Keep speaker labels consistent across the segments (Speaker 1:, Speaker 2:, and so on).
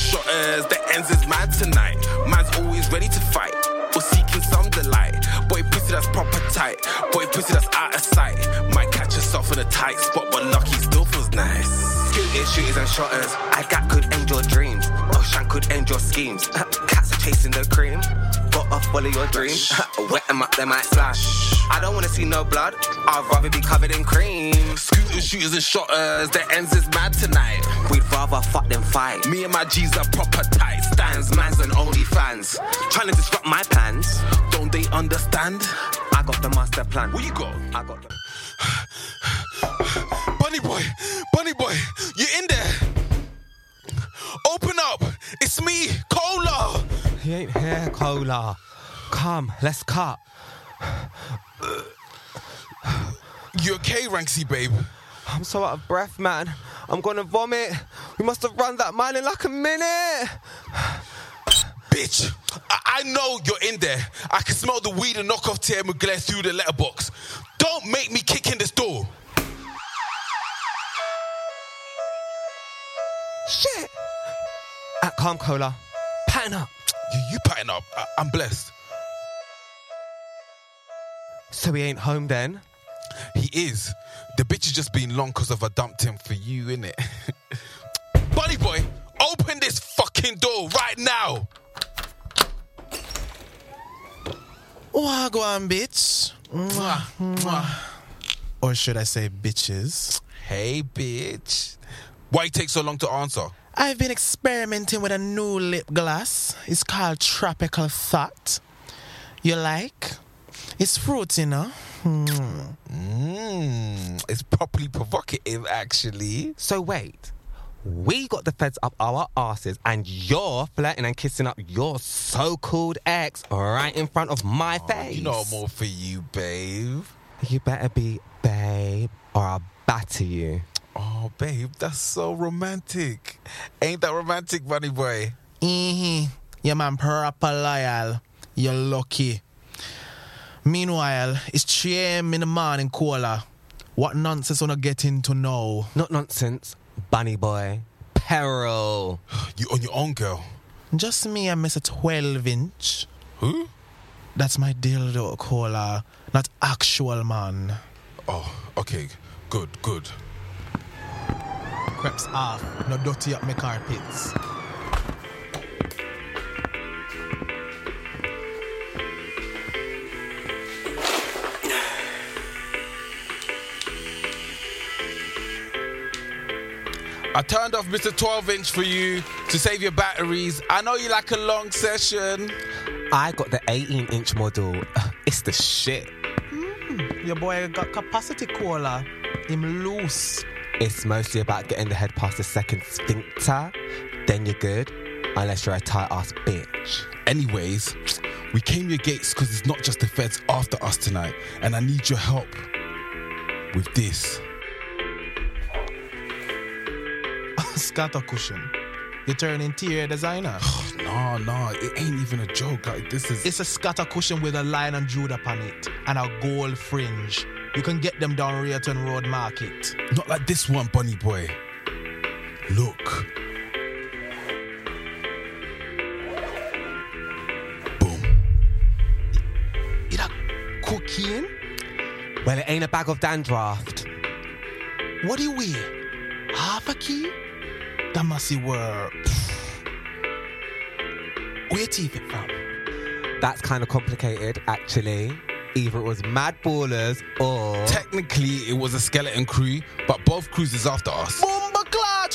Speaker 1: cause the ends is mad tonight. Man's always ready to fight or seeking some delight. Boy, pussy that's proper tight. Boy, pussy that's out of sight. Might catch yourself in a tight spot, but lucky still feels nice.
Speaker 2: Scooters, shooters, and shotters. I got could end your dreams. Ocean could end your schemes. Cats are chasing the cream. Got off all of your dreams. Wet them up, they might splash. I don't wanna see no blood. I'd rather be covered in cream.
Speaker 1: Scooters, shooters, and shotters. The ends is mad tonight.
Speaker 2: We'd rather fuck than fight.
Speaker 1: Me and my G's are proper tight. Stands, mans, and only fans.
Speaker 2: Trying to disrupt my plans.
Speaker 1: Don't they understand?
Speaker 2: I got the master plan.
Speaker 1: What you got?
Speaker 2: I got the.
Speaker 1: Bunny boy, bunny boy, you in there? Open up. It's me, Cola.
Speaker 3: He ain't here, Cola. Come, let's cut.
Speaker 1: You okay, Ranksy babe?
Speaker 3: I'm so out of breath, man. I'm gonna vomit. We must have run that mile in like a minute.
Speaker 1: Bitch, I, I know you're in there. I can smell the weed and knockoff T.M. glare through the letterbox. Don't make me kick in this door.
Speaker 3: Shit. At Calm Cola. Pattern up.
Speaker 1: You, you pattern up. I, I'm blessed.
Speaker 3: So he ain't home then.
Speaker 1: He is. The bitch has just been long because of I dumped him for you, innit? Bunny boy, open this fucking door right now.
Speaker 4: Wagwan, bitch. Or should I say bitches?
Speaker 1: Hey, bitch. Why you take so long to answer?
Speaker 4: I've been experimenting with a new lip gloss. It's called Tropical Thought. You like? It's fruit, you know?
Speaker 1: Mmm, it's properly provocative, actually.
Speaker 3: So wait. We got the feds up our asses, and you're flirting and kissing up your so called ex right in front of my face.
Speaker 1: You know I'm all for you, babe.
Speaker 3: You better be, babe, or I'll batter you.
Speaker 1: Oh, babe, that's so romantic. Ain't that romantic, bunny boy?
Speaker 4: Mm-hmm. Yeah, man, proper loyal. You're lucky. Meanwhile, it's 3 a.m. in the morning, Cola. What nonsense wanna get into now?
Speaker 3: Not nonsense, bunny boy. Peril.
Speaker 1: You on your own, girl.
Speaker 4: Just me and Mr. 12 inch.
Speaker 1: Who?
Speaker 4: That's my dildo, Cola. Not actual man.
Speaker 1: Oh, okay. Good, good.
Speaker 4: Creps off. No dirty up my carpets.
Speaker 1: I turned off Mr. 12 inch for you to save your batteries. I know you like a long session.
Speaker 3: I got the 18 inch model. It's the shit.
Speaker 4: Your boy got capacity, Cola. Him loose.
Speaker 3: It's mostly about getting the head past the second sphincter. Then you're good, unless you're a tight ass bitch.
Speaker 1: Anyways, we came your gates because it's not just the feds after us tonight, and I need your help with this.
Speaker 4: Scatter cushion. You turn interior designer.
Speaker 1: No, no, it ain't even a joke. Like this is
Speaker 4: It's a scatter cushion with a lion and Jude upon it and a gold fringe. You can get them down Rayton Road Market.
Speaker 1: not like this one, bunny boy. Look. Boom.
Speaker 4: Is that cocaine?
Speaker 3: Well, it ain't a bag of dandruff.
Speaker 4: What do you weigh? Half a key? That must be work. Where teeth it from?
Speaker 3: That's kind of complicated, actually. Either it was Mad Ballers or.
Speaker 1: Technically, it was a skeleton crew, but both crews is after us.
Speaker 4: Bomba Clot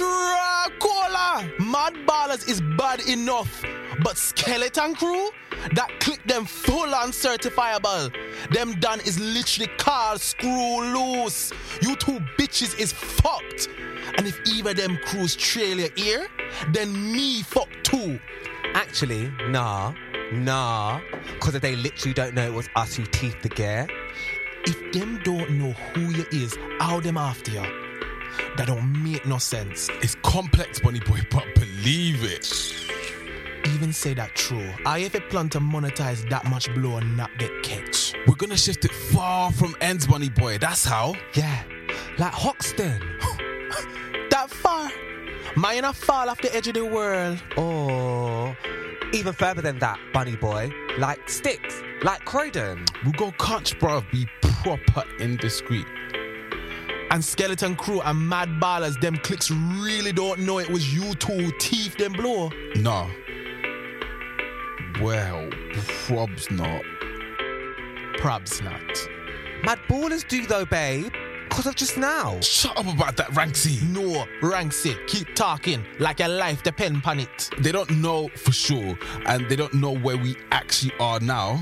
Speaker 4: Cola! Mad Ballers is bad enough, but Skeleton Crew? That click them full on certifiable. Them done is literally called screw loose. You two bitches is fucked. And if either them crews trail your ear, then me fuck too.
Speaker 3: Actually, nah, nah. Because they literally don't know it was us who teethed the gear.
Speaker 4: If them don't know who you is, how them after you? That don't make no sense.
Speaker 1: It's complex, bunny boy, but believe it.
Speaker 4: Even say that true. I if a plan to monetize that much blow and not get catch.
Speaker 1: We're gonna shift it far from ends, bunny boy. That's how.
Speaker 3: Yeah, like Hoxton.
Speaker 4: that far. Might not fall off the edge of the world.
Speaker 3: Or even further than that, bunny boy, like sticks, like Croydon.
Speaker 4: We go catch, bruv, be proper indiscreet. And Skeleton Crew and Mad Ballers, them clicks really don't know it was you two teeth them blow.
Speaker 1: No. Well, prob's not.
Speaker 4: Probs not.
Speaker 3: Mad ballers do though, babe, because of just now.
Speaker 1: Shut up about that, Ranksy.
Speaker 4: No, ranks it. Keep talking like your life depend on it.
Speaker 1: They don't know for sure, and they don't know where we actually are now.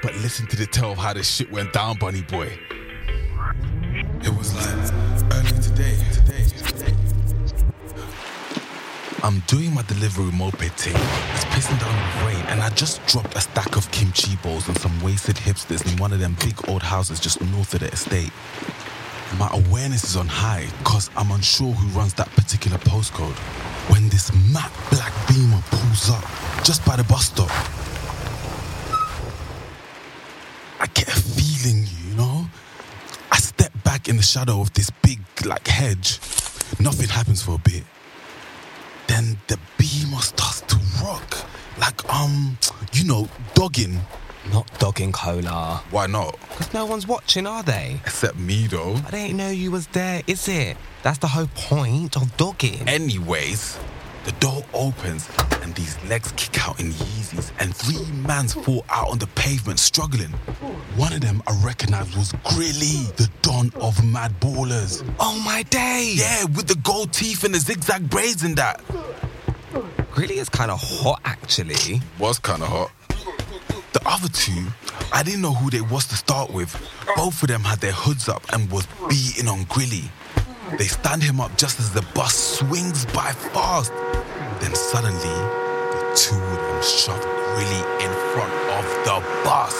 Speaker 1: But listen to the tale of how this shit went down, Bunny Boy. It was like early today. today. I'm doing my delivery moped thing. It's pissing down with rain, and I just dropped a stack of kimchi bowls and some wasted hipsters in one of them big old houses just north of the estate. My awareness is on high because I'm unsure who runs that particular postcode. When this matte black beamer pulls up just by the bus stop, I get a feeling, you know? I step back in the shadow of this big, like, hedge. Nothing happens for a bit. Then the beamer starts to rock. Like, um, you know, dogging.
Speaker 3: Not dogging cola.
Speaker 1: Why not?
Speaker 3: Because no one's watching, are they?
Speaker 1: Except me, though.
Speaker 3: I didn't know you was there, is it? That's the whole point of dogging.
Speaker 1: Anyways, the door opens and these legs kick out in Yeezys, and three mans fall out on the pavement struggling. One of them I recognized was Grilly, the don of mad ballers.
Speaker 3: oh my day!
Speaker 1: Yeah, with the gold teeth and the zigzag braids and that.
Speaker 3: Really is kind of hot, actually.
Speaker 1: Was kind of hot. The other two, I didn't know who they was to start with. Both of them had their hoods up and was beating on Grilly. They stand him up just as the bus swings by fast. Then suddenly, the two of them shove Grilly in front of the bus.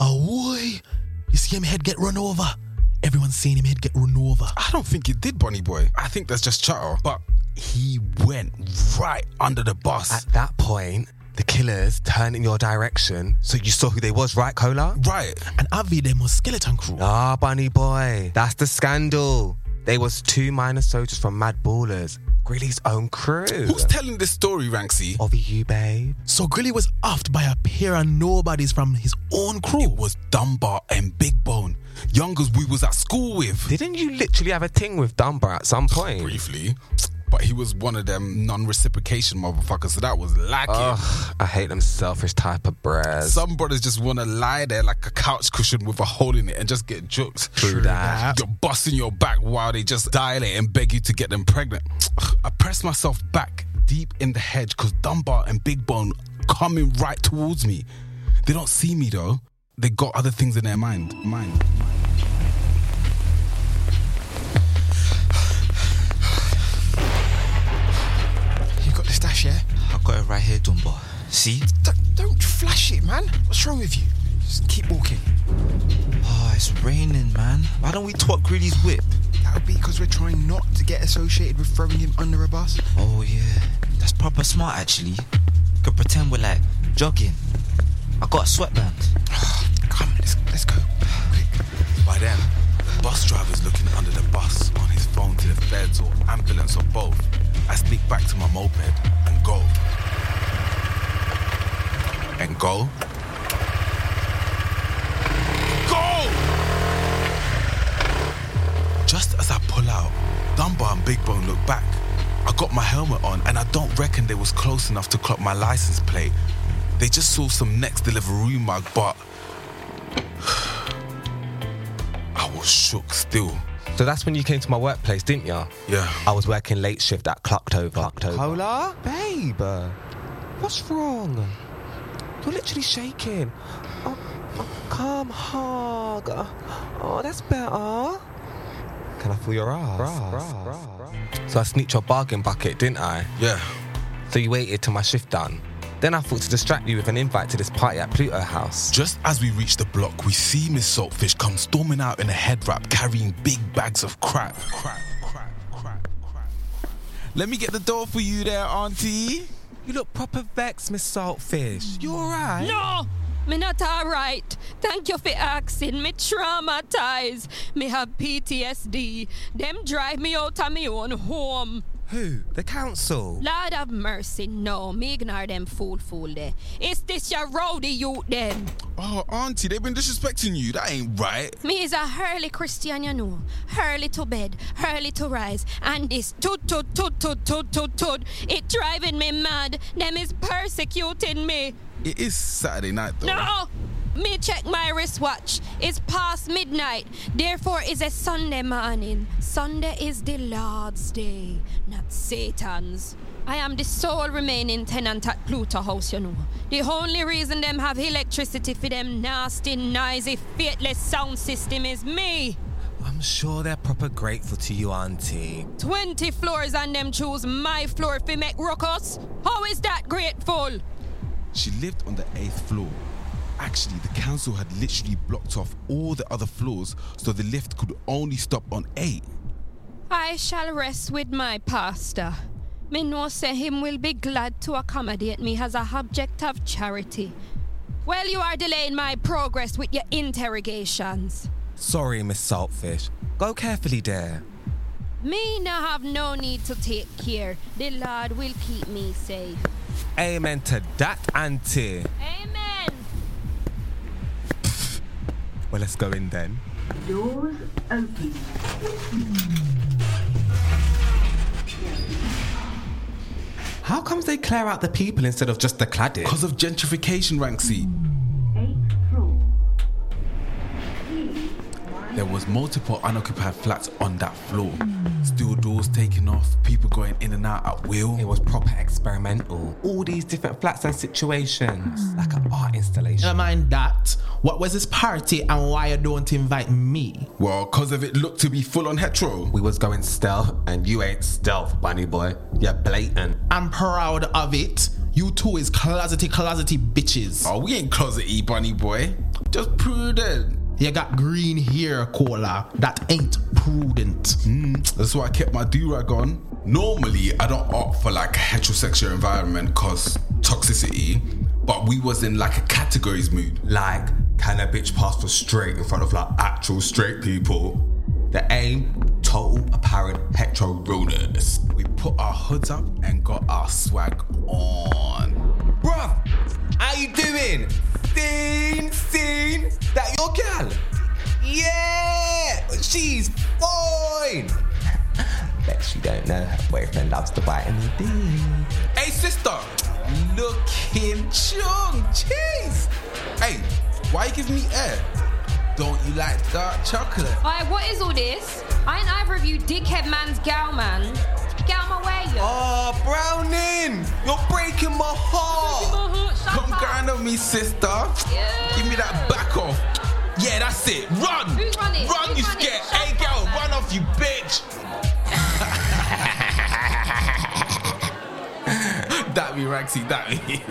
Speaker 4: Ahoy! You see him head get run over. Everyone's seen him head get run over.
Speaker 1: I don't think it did, Bonnie Boy. I think that's just chatter. But he went right under the bus.
Speaker 3: At that point, the killers turned in your direction, so you saw who they was, right, Cola?
Speaker 1: right.
Speaker 4: And Avi them was skeleton crew.
Speaker 3: Ah, bunny boy, that's the scandal. They was two minor soldiers from Mad Ballers, Grilly's own crew.
Speaker 1: Who's telling this story, Ranksy?
Speaker 3: Of you, babe.
Speaker 4: So Grilly was offed by a pair of nobodies from his own
Speaker 1: It
Speaker 4: crew.
Speaker 1: was Dunbar and Big Bone, youngers we was at school with.
Speaker 3: Didn't you literally have a thing with Dunbar at some point?
Speaker 1: Briefly. But he was one of them non-reciprocation motherfuckers, so that was lacking.
Speaker 4: Ah.
Speaker 3: Ugh, I hate them selfish type of bras.
Speaker 1: Some brothers just want to lie there like a couch cushion with a hole in it and just get jokes.
Speaker 3: True True that. that.
Speaker 1: You're busting your back while they just dilate and beg you to get them pregnant. I press myself back deep in the hedge because Dunbar and Big Bone coming right towards me. They don't see me though. They got other things in their mind. Mind.
Speaker 5: You got the stash, yeah?
Speaker 6: I've got it right here, Dunbar. See?
Speaker 5: D- don't flash it, man. What's wrong with you? Just keep walking.
Speaker 6: Ah, it's raining, man. Why don't we twat Greedy's whip?
Speaker 5: That'll be because we're trying not to get associated with throwing him under a bus.
Speaker 6: Oh, yeah. That's proper smart, actually. Could pretend we're like jogging. I got a sweatband.
Speaker 5: Come, let's, let's go. Quick.
Speaker 1: By then, the bus driver's looking under the bus on his phone to the feds or ambulance or both. I sneak back to my moped and go. And go. Go! Just as I pull out, Dunbar and Big Bone look back. I got my helmet on and I don't reckon they was close enough to clock my license plate. They just saw some next delivery mug, but I was shook still.
Speaker 3: so that's when you came to my workplace, didn't you?
Speaker 1: Yeah.
Speaker 3: I was working late shift at clocked over. Cola? Babe, uh, what's wrong? You're literally shaking. Oh, oh, come, hug. Oh, that's better. Can I feel your ass? So I sneaked your bargain bucket, didn't I?
Speaker 1: Yeah.
Speaker 3: So you waited till my shift done. Then I thought to distract you with an invite to this party at Pluto House.
Speaker 1: Just as we reach the block, we see Miss Saltfish come storming out in a head wrap carrying big bags of crap. Crap, crap, crap, crap. Let me get the door for you there, Auntie.
Speaker 3: You look proper vexed, Miss Saltfish. You alright?
Speaker 7: No, Me not alright. Thank you for asking. Me traumatized. Me have PTSD. Them drive me out of me own home.
Speaker 8: Who? The council?
Speaker 7: Lord have mercy, no. Me ignore them fool fool there. Is this your rowdy you them?
Speaker 1: Oh, auntie, they've been disrespecting you. That ain't right.
Speaker 7: Me is a hurly Christian, you know. Hurly to bed, hurly to rise. And this toot toot toot toot toot toot toot. It driving me mad. Them is persecuting me.
Speaker 1: It is Saturday night, though.
Speaker 7: No! Me check my wristwatch. It's past midnight. Therefore, it's a Sunday morning. Sunday is the Lord's day, not Satan's. I am the sole remaining tenant at Pluto House, you know. The only reason them have electricity for them nasty, noisy, faithless sound system is me.
Speaker 8: I'm sure they're proper grateful to you, auntie.
Speaker 7: 20 floors and them choose my floor fi make ruckus. How is that grateful?
Speaker 1: She lived on the eighth floor. Actually, the council had literally blocked off all the other floors so the lift could only stop on eight.
Speaker 7: I shall rest with my pastor. Me know say him will be glad to accommodate me as a object of charity. Well, you are delaying my progress with your interrogations.
Speaker 8: Sorry, Miss Saltfish. Go carefully, dear.
Speaker 7: Me now have no need to take care. The Lord will keep me safe.
Speaker 8: Amen to that, auntie.
Speaker 7: Amen.
Speaker 8: Well, let's go in then.
Speaker 9: Doors open.
Speaker 8: How comes they clear out the people instead of just the cladding?
Speaker 1: Because of gentrification, Ranksy. There was multiple unoccupied flats on that floor. Steel doors taken off, people going in and out at will.
Speaker 8: It was proper experimental. All these different flats and situations,
Speaker 1: Mm.
Speaker 8: like an art installation.
Speaker 4: Never mind that. What was this party and why you don't invite me?
Speaker 1: Well, because of it looked to be full on hetero.
Speaker 2: We was going stealth, and you ain't stealth, bunny boy. You're blatant.
Speaker 4: I'm proud of it. You two is closety closety bitches.
Speaker 1: Oh, we ain't closety, bunny boy. Just prudent.
Speaker 4: You got green hair, Cola. That ain't prudent.
Speaker 1: Mm, That's why I kept my do-rag on. Normally, I don't opt for like a heterosexual environment cause toxicity, but we was in like a categories mood.
Speaker 2: Like, can a bitch pass for straight in front of like actual straight people? The aim, total apparent hetero realness.
Speaker 1: We put our hoods up and got our swag on.
Speaker 8: Bruv, how you doing? Seen, seen, that your gal? Yeah, she's fine. Bet she don't know her boyfriend loves to bite in the dick.
Speaker 1: Hey, sister, looking chung, jeez. Hey, why you give me air? Don't you like dark chocolate?
Speaker 7: Alright, what is all this? I ain't either of you dickhead man's gal man. Get out my way, yo.
Speaker 8: Oh, Browning, you're breaking my heart.
Speaker 1: Come grind on me, sister. Give me that back off. Yeah, that's it. Run,
Speaker 7: Who's running?
Speaker 1: run,
Speaker 7: Who's
Speaker 1: you
Speaker 7: running?
Speaker 1: scared.
Speaker 7: Shut
Speaker 1: Hey,
Speaker 7: up,
Speaker 1: girl,
Speaker 7: man.
Speaker 1: run off, you bitch. that me, Ranksy, that me.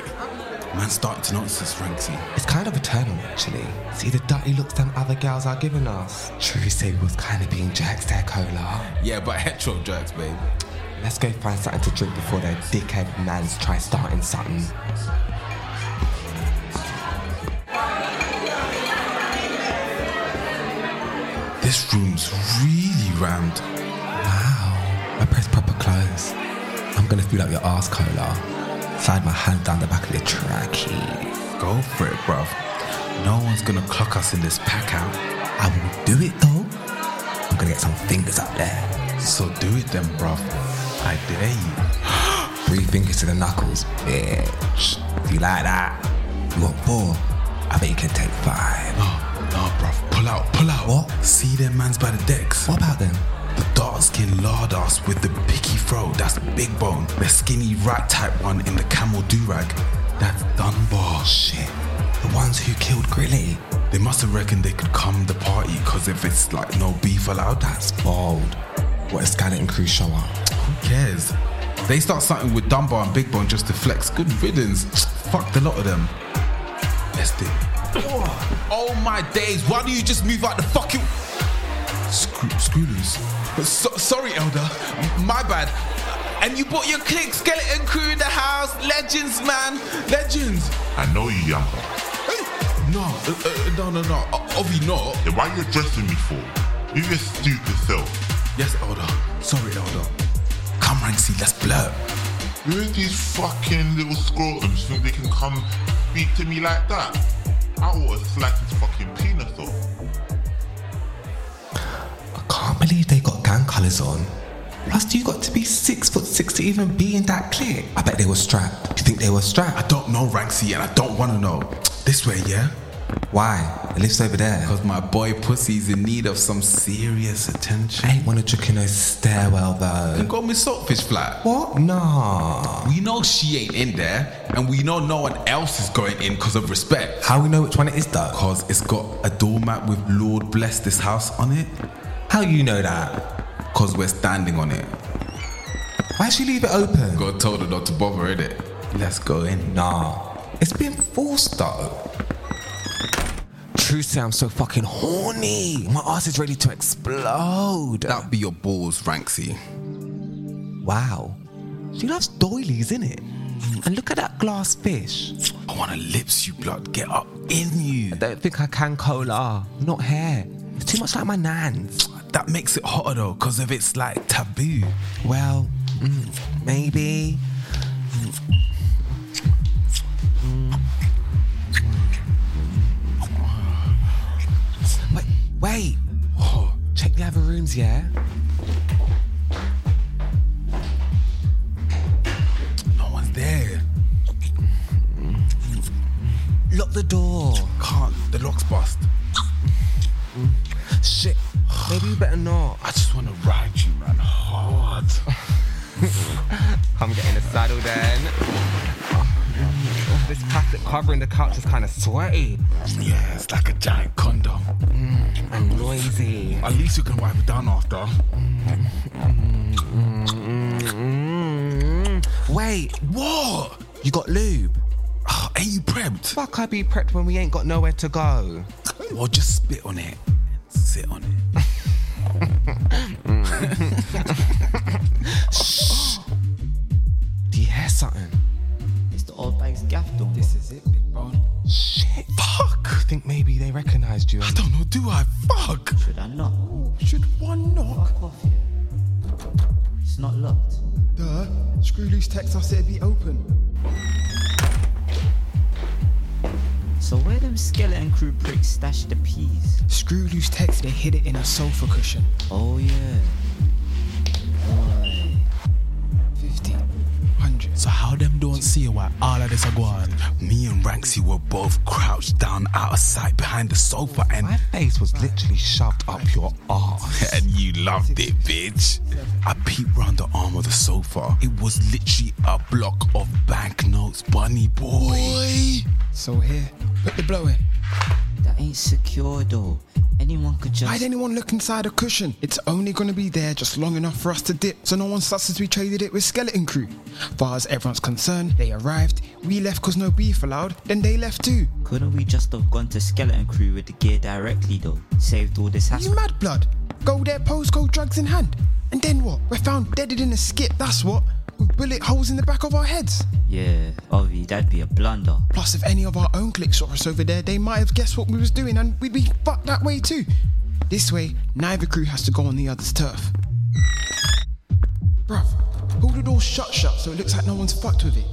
Speaker 1: Man, starting to notice this, Ranksy.
Speaker 3: It's kind of eternal, actually. See the dirty looks them other girls are giving us. True, say we was kind of being jerks there, Cola.
Speaker 1: Yeah, but hetero jerks, babe.
Speaker 3: Let's go find something to drink before their dickhead mans try starting something.
Speaker 1: This room's really round.
Speaker 3: Wow, my press proper clothes. I'm gonna feel like your ass, Cola. Slide my hand down the back of your trackie.
Speaker 1: Go for it, bruv. No one's gonna clock us in this pack out.
Speaker 3: I will do it though. I'm gonna get some fingers up there.
Speaker 1: So do it then, bruv. I dare you.
Speaker 3: Three fingers to the knuckles, bitch. If you like that, you want four? I bet you can take five.
Speaker 1: No, Oh, no, bruv. Pull out, pull out.
Speaker 3: What?
Speaker 1: See them mans by the decks.
Speaker 3: What about them?
Speaker 1: The dark skinned lard ass with the picky throat. That's big bone. The skinny rat type one in the camel durag. That's Dunbar. Shit.
Speaker 3: The ones who killed Grilly.
Speaker 1: They must have reckoned they could come the party, cause if it's like no beef allowed, that's
Speaker 3: Bold. What a skeleton crew show up.
Speaker 1: Who cares? They start something with Dunbar and Big Bone just to flex. Good riddance. Fuck the lot of them. Let's do it. Oh my days, why do you just move out the fucking. Screw, screw loose. So, sorry, Elder. My bad. And you brought your clique, skeleton crew in the house. Legends, man. Legends.
Speaker 10: I know you, Yamba.
Speaker 1: Hey, No, uh, uh, no, no, no. Uh, Obvi, not.
Speaker 10: Then why are you addressing me for? Leave your stupid self.
Speaker 1: Yes, Elder. Sorry, Elder. Come, Ranksy, let's blur.
Speaker 10: Who are these fucking little scrotums think they can come speak to me like that? I would have sliced his fucking penis off.
Speaker 8: Can't believe they got gang colours on. Plus, you got to be six foot six to even be in that clique. I bet they were strapped. Do you think they were strapped? I
Speaker 1: don't know, Ranksy, and I don't want to know. This way, yeah?
Speaker 8: Why? It lives over there.
Speaker 1: Because my boy Pussy's in need of some serious attention.
Speaker 8: I ain't wanna trick in no stairwell though.
Speaker 1: You got me saltfish flat.
Speaker 8: What? Nah.
Speaker 1: We know she ain't in there, and we know no one else is going in because of respect.
Speaker 8: How we know which one it is though?
Speaker 1: Because it's got a doormat with Lord Bless This House on it,
Speaker 8: How you know that?
Speaker 1: because we're standing on it.
Speaker 8: Why she leave it open?
Speaker 1: God told her not to bother, it. Let's go in.
Speaker 8: Nah. It's been forced though. True sounds so fucking horny. My ass is ready to explode.
Speaker 1: That be your balls, Ranksy.
Speaker 8: Wow. She loves doilies, innit? And look at that glass fish.
Speaker 1: I want to lips you, blood. Get up in you.
Speaker 8: I don't think I can cola. Not hair. It's too much like my nan's.
Speaker 1: That makes it hotter though, because if it's like taboo.
Speaker 8: Well, mm, maybe. Wait, wait. Check the other rooms, yeah?
Speaker 1: No one's there.
Speaker 8: Lock the door.
Speaker 1: Can't. The lock's bust.
Speaker 8: Shit. Maybe you better not.
Speaker 1: I just want to ride you, man, hard.
Speaker 3: I'm getting a saddle then. This plastic covering the couch is kind of sweaty
Speaker 1: Yeah, it's like a giant condom.
Speaker 3: and noisy.
Speaker 1: At least you can wipe it down after.
Speaker 3: Mm.
Speaker 8: Wait,
Speaker 1: What?
Speaker 8: you got lube?
Speaker 1: Oh, ain't you prepped?
Speaker 3: Fuck, I be prepped when we ain't got nowhere to go.
Speaker 1: Well, just spit on it and sit on it.
Speaker 8: Do you hear something?
Speaker 6: It's the old bank's gaff, though. This is it, big bro.
Speaker 8: Shit. Fuck. I think maybe they recognized you.
Speaker 1: I don't know, do I? Fuck!
Speaker 6: Should I knock?
Speaker 1: Should one knock?
Speaker 6: Fuck off here. It's not locked.
Speaker 5: Duh. Screw loose text us, it'd be open.
Speaker 6: So where them skeleton crew pricks stash the peas?
Speaker 5: Screw loose text, they hid it in a sofa cushion.
Speaker 6: Oh yeah. Boy.
Speaker 5: 50, 100.
Speaker 1: So how them don't see why all of this are going? Me and Ranksy were both crouched down out of sight behind the sofa and
Speaker 3: My face was literally shoved up your ass.
Speaker 1: and you loved it, bitch. I peeped round the arm of the sofa. It was literally a block of banknotes, bunny boy.
Speaker 5: So here, put the blow in.
Speaker 6: That ain't secure though. Anyone could just
Speaker 5: Why'd anyone look inside a cushion? It's only gonna be there just long enough for us to dip, so no one susses we traded it with Skeleton Crew. Far as everyone's concerned, they arrived, we left cause no beef allowed, then they left too.
Speaker 6: couldn't we just have gone to skeleton crew with the gear directly though? Saved all this
Speaker 5: You
Speaker 6: hassle.
Speaker 5: mad blood? Go there, postcode drugs in hand. And then what? We're found deaded in a skip, that's what. With bullet holes in the back of our heads.
Speaker 6: yeah, Ovi, that'd be a blunder.
Speaker 5: Plus, if any of our own clique saw us over there, they might have guessed what we was doing and we'd be fucked that way too. This way, neither crew has to go on the other's turf. Bruv, hold the door shut shut so it looks like no one's fucked with it.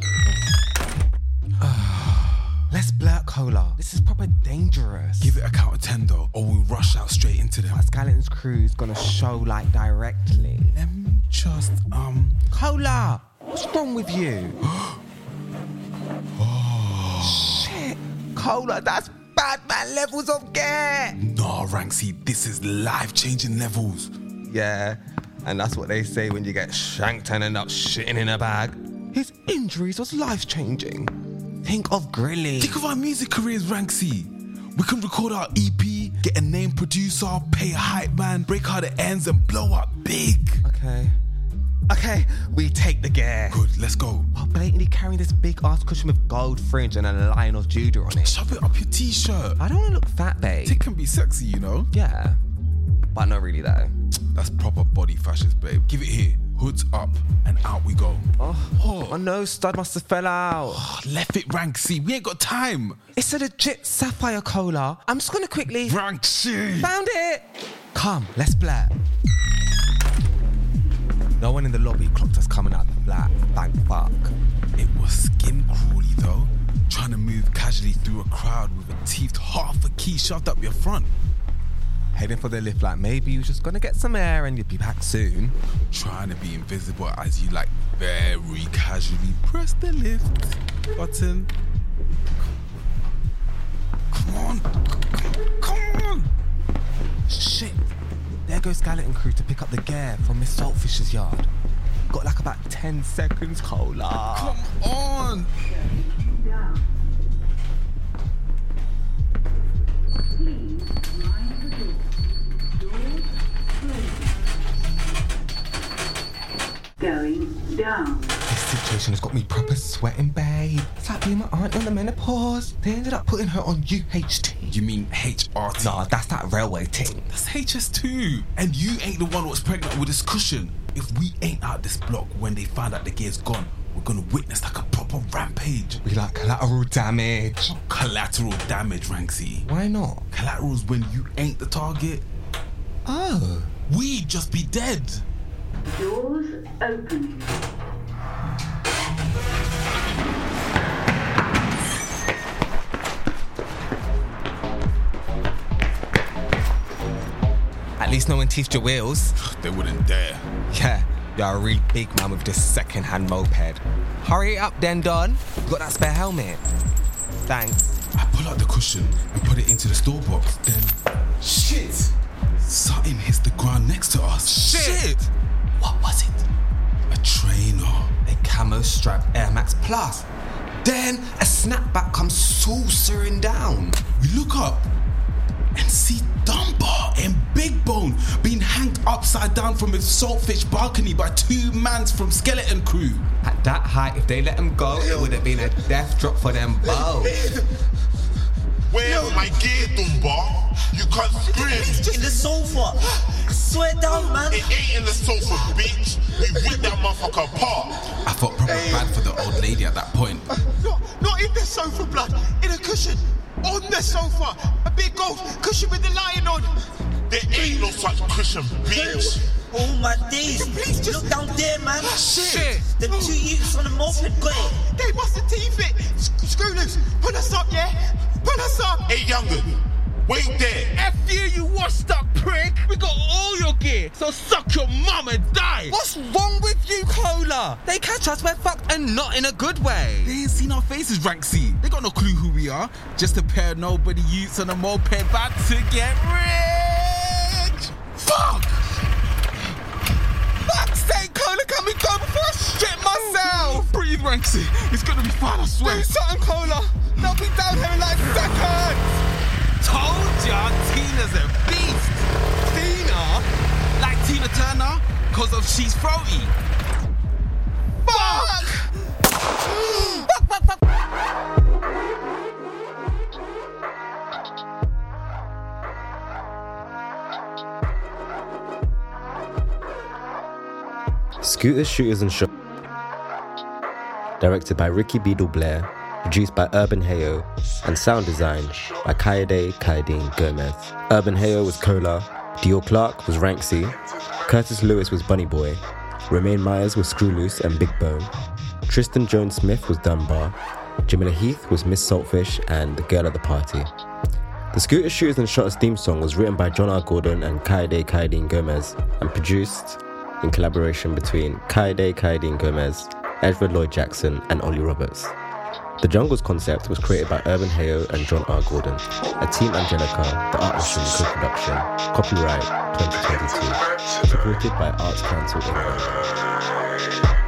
Speaker 3: Let's blurt cola. This is proper dangerous.
Speaker 1: Give it a count of ten though, or we'll rush out straight into them.
Speaker 3: Skeleton's crew's gonna show like directly.
Speaker 1: Let me just um
Speaker 3: Cola, what's wrong with you? Shit, Cola, that's Batman levels of care.
Speaker 1: Nah, Ranksy, this is life-changing levels.
Speaker 3: Yeah, and that's what they say when you get shanked and end up shitting in a bag. His injuries was life changing. Think of Grilly.
Speaker 1: Think of our music careers, Ranksy. We can record our EP, get a name producer, pay a hype man, break out the ends, and blow up big.
Speaker 3: Okay. Okay, we take the gear.
Speaker 1: Good, let's go.
Speaker 3: While blatantly carrying this big ass cushion with gold fringe and a lion of Judah on it.
Speaker 1: Shove it up your t-shirt.
Speaker 3: I don't wanna look fat, babe.
Speaker 1: It can be sexy, you know.
Speaker 3: Yeah. But not really though.
Speaker 1: That's proper body fascist, babe. Give it here. Hoods up and out we go.
Speaker 3: Oh, my nose stud must have fell out.
Speaker 1: left it rank C. We ain't got time.
Speaker 3: It's a legit sapphire cola. I'm just gonna quickly.
Speaker 1: Rank C.
Speaker 3: Found it. Come, let's blare. No one in the lobby clocked us coming out the flat. Thank fuck.
Speaker 1: It was skin crawly though. Trying to move casually through a crowd with a teethed half a key shoved up your front.
Speaker 3: Heading for the lift, like maybe you're just gonna get some air and you'll be back soon.
Speaker 1: Trying to be invisible as you like very casually press the lift button. Come on. Come on.
Speaker 3: Shit. There goes Skeleton Crew to pick up the gear from Miss Saltfish's yard. Got like about 10 seconds, Cola.
Speaker 1: Come on.
Speaker 9: Going down.
Speaker 3: This situation has got me proper sweating, babe. It's like being my aunt on the menopause. They ended up putting her on UHT.
Speaker 1: You mean HRT?
Speaker 3: Nah, that's that railway thing.
Speaker 1: That's HS2. And you ain't the one who was pregnant with this cushion. If we ain't out this block when they find out the gear's gone, we're gonna witness like a proper rampage.
Speaker 3: We like collateral damage.
Speaker 1: Collateral damage, Ranksy.
Speaker 3: Why not?
Speaker 1: Collateral's when you ain't the target.
Speaker 3: Oh.
Speaker 1: We'd just be dead.
Speaker 9: Doors opening.
Speaker 3: At least no one teethed your wheels.
Speaker 1: They wouldn't dare.
Speaker 3: Yeah, you're a real big man with this second-hand moped. Hurry up then, Don. You got that spare helmet? Thanks.
Speaker 1: I pull out the cushion and put it into the store box, then. Shit! Something hits the ground next to us.
Speaker 3: Shit!
Speaker 1: What was it? A trainer.
Speaker 3: A camo strap Air Max Plus. Then a snapback comes saucering down.
Speaker 1: We look up and see Dunbar and Big Bone being hanged upside down from his saltfish balcony by two mans from Skeleton Crew.
Speaker 3: At that height, if they let him go, oh. it would have been a death drop for them both.
Speaker 10: Where's my gear, Dunbar? You can't scream.
Speaker 6: In the sofa. Swear down, man.
Speaker 10: It ain't in the sofa, bitch. We whipped that motherfucker apart.
Speaker 1: I felt proper bad for the old lady at that point.
Speaker 11: Not, not in the sofa, blood. In a cushion. On the sofa. A big gold cushion with the lion on.
Speaker 10: There ain't no such cushion, bitch.
Speaker 6: Oh my days.
Speaker 11: Please just-
Speaker 6: Look down there, man.
Speaker 11: Shit.
Speaker 6: The two youths on the moped got it.
Speaker 11: They must have teeth it. S- screw loose. Pull us up, yeah? Pull us up.
Speaker 10: Hey, younger, wait there.
Speaker 11: F you, you washed up prick. We got all your gear. So suck your mum and die.
Speaker 3: What's wrong with you, Cola? They catch us, we're fucked, and not in a good way.
Speaker 1: They ain't seen our faces, Ranksy. They got no clue who we are. Just a pair of nobody youths on a moped about to get rich. Fuck! Fuck's sake, Cola, can we go before I shit myself? Breathe, Ranksy. It's gonna be fine, I swear. Do something, Cola. They'll be down here in like seconds. Told ya, Tina's a beast. Tina? Like Tina Turner? Cause of she's throaty. Fuck!
Speaker 12: Scooters, Shooters and Shot. Directed by Ricky Beadle Blair, produced by Urban Heyo, and sound designed by Kaede Kaideen Gomez. Urban Heyo was Cola, Dior Clark was Ranksy, Curtis Lewis was Bunny Boy, Romain Myers was Screw Loose and Big Bone, Tristan Jones Smith was Dunbar, Jamila Heath was Miss Saltfish and the girl at the party. The Scooter Shooters and Shotters theme song was written by John R. Gordon and Kaide Kaideen Gomez and produced in collaboration between Kaide Kaideen Gomez, Edward Lloyd Jackson, and Ollie Roberts. The Jungles concept was created by Urban Heo and John R. Gordon, a Team Angelica, the Art Machine co production, copyright 2022, supported by Arts Council England.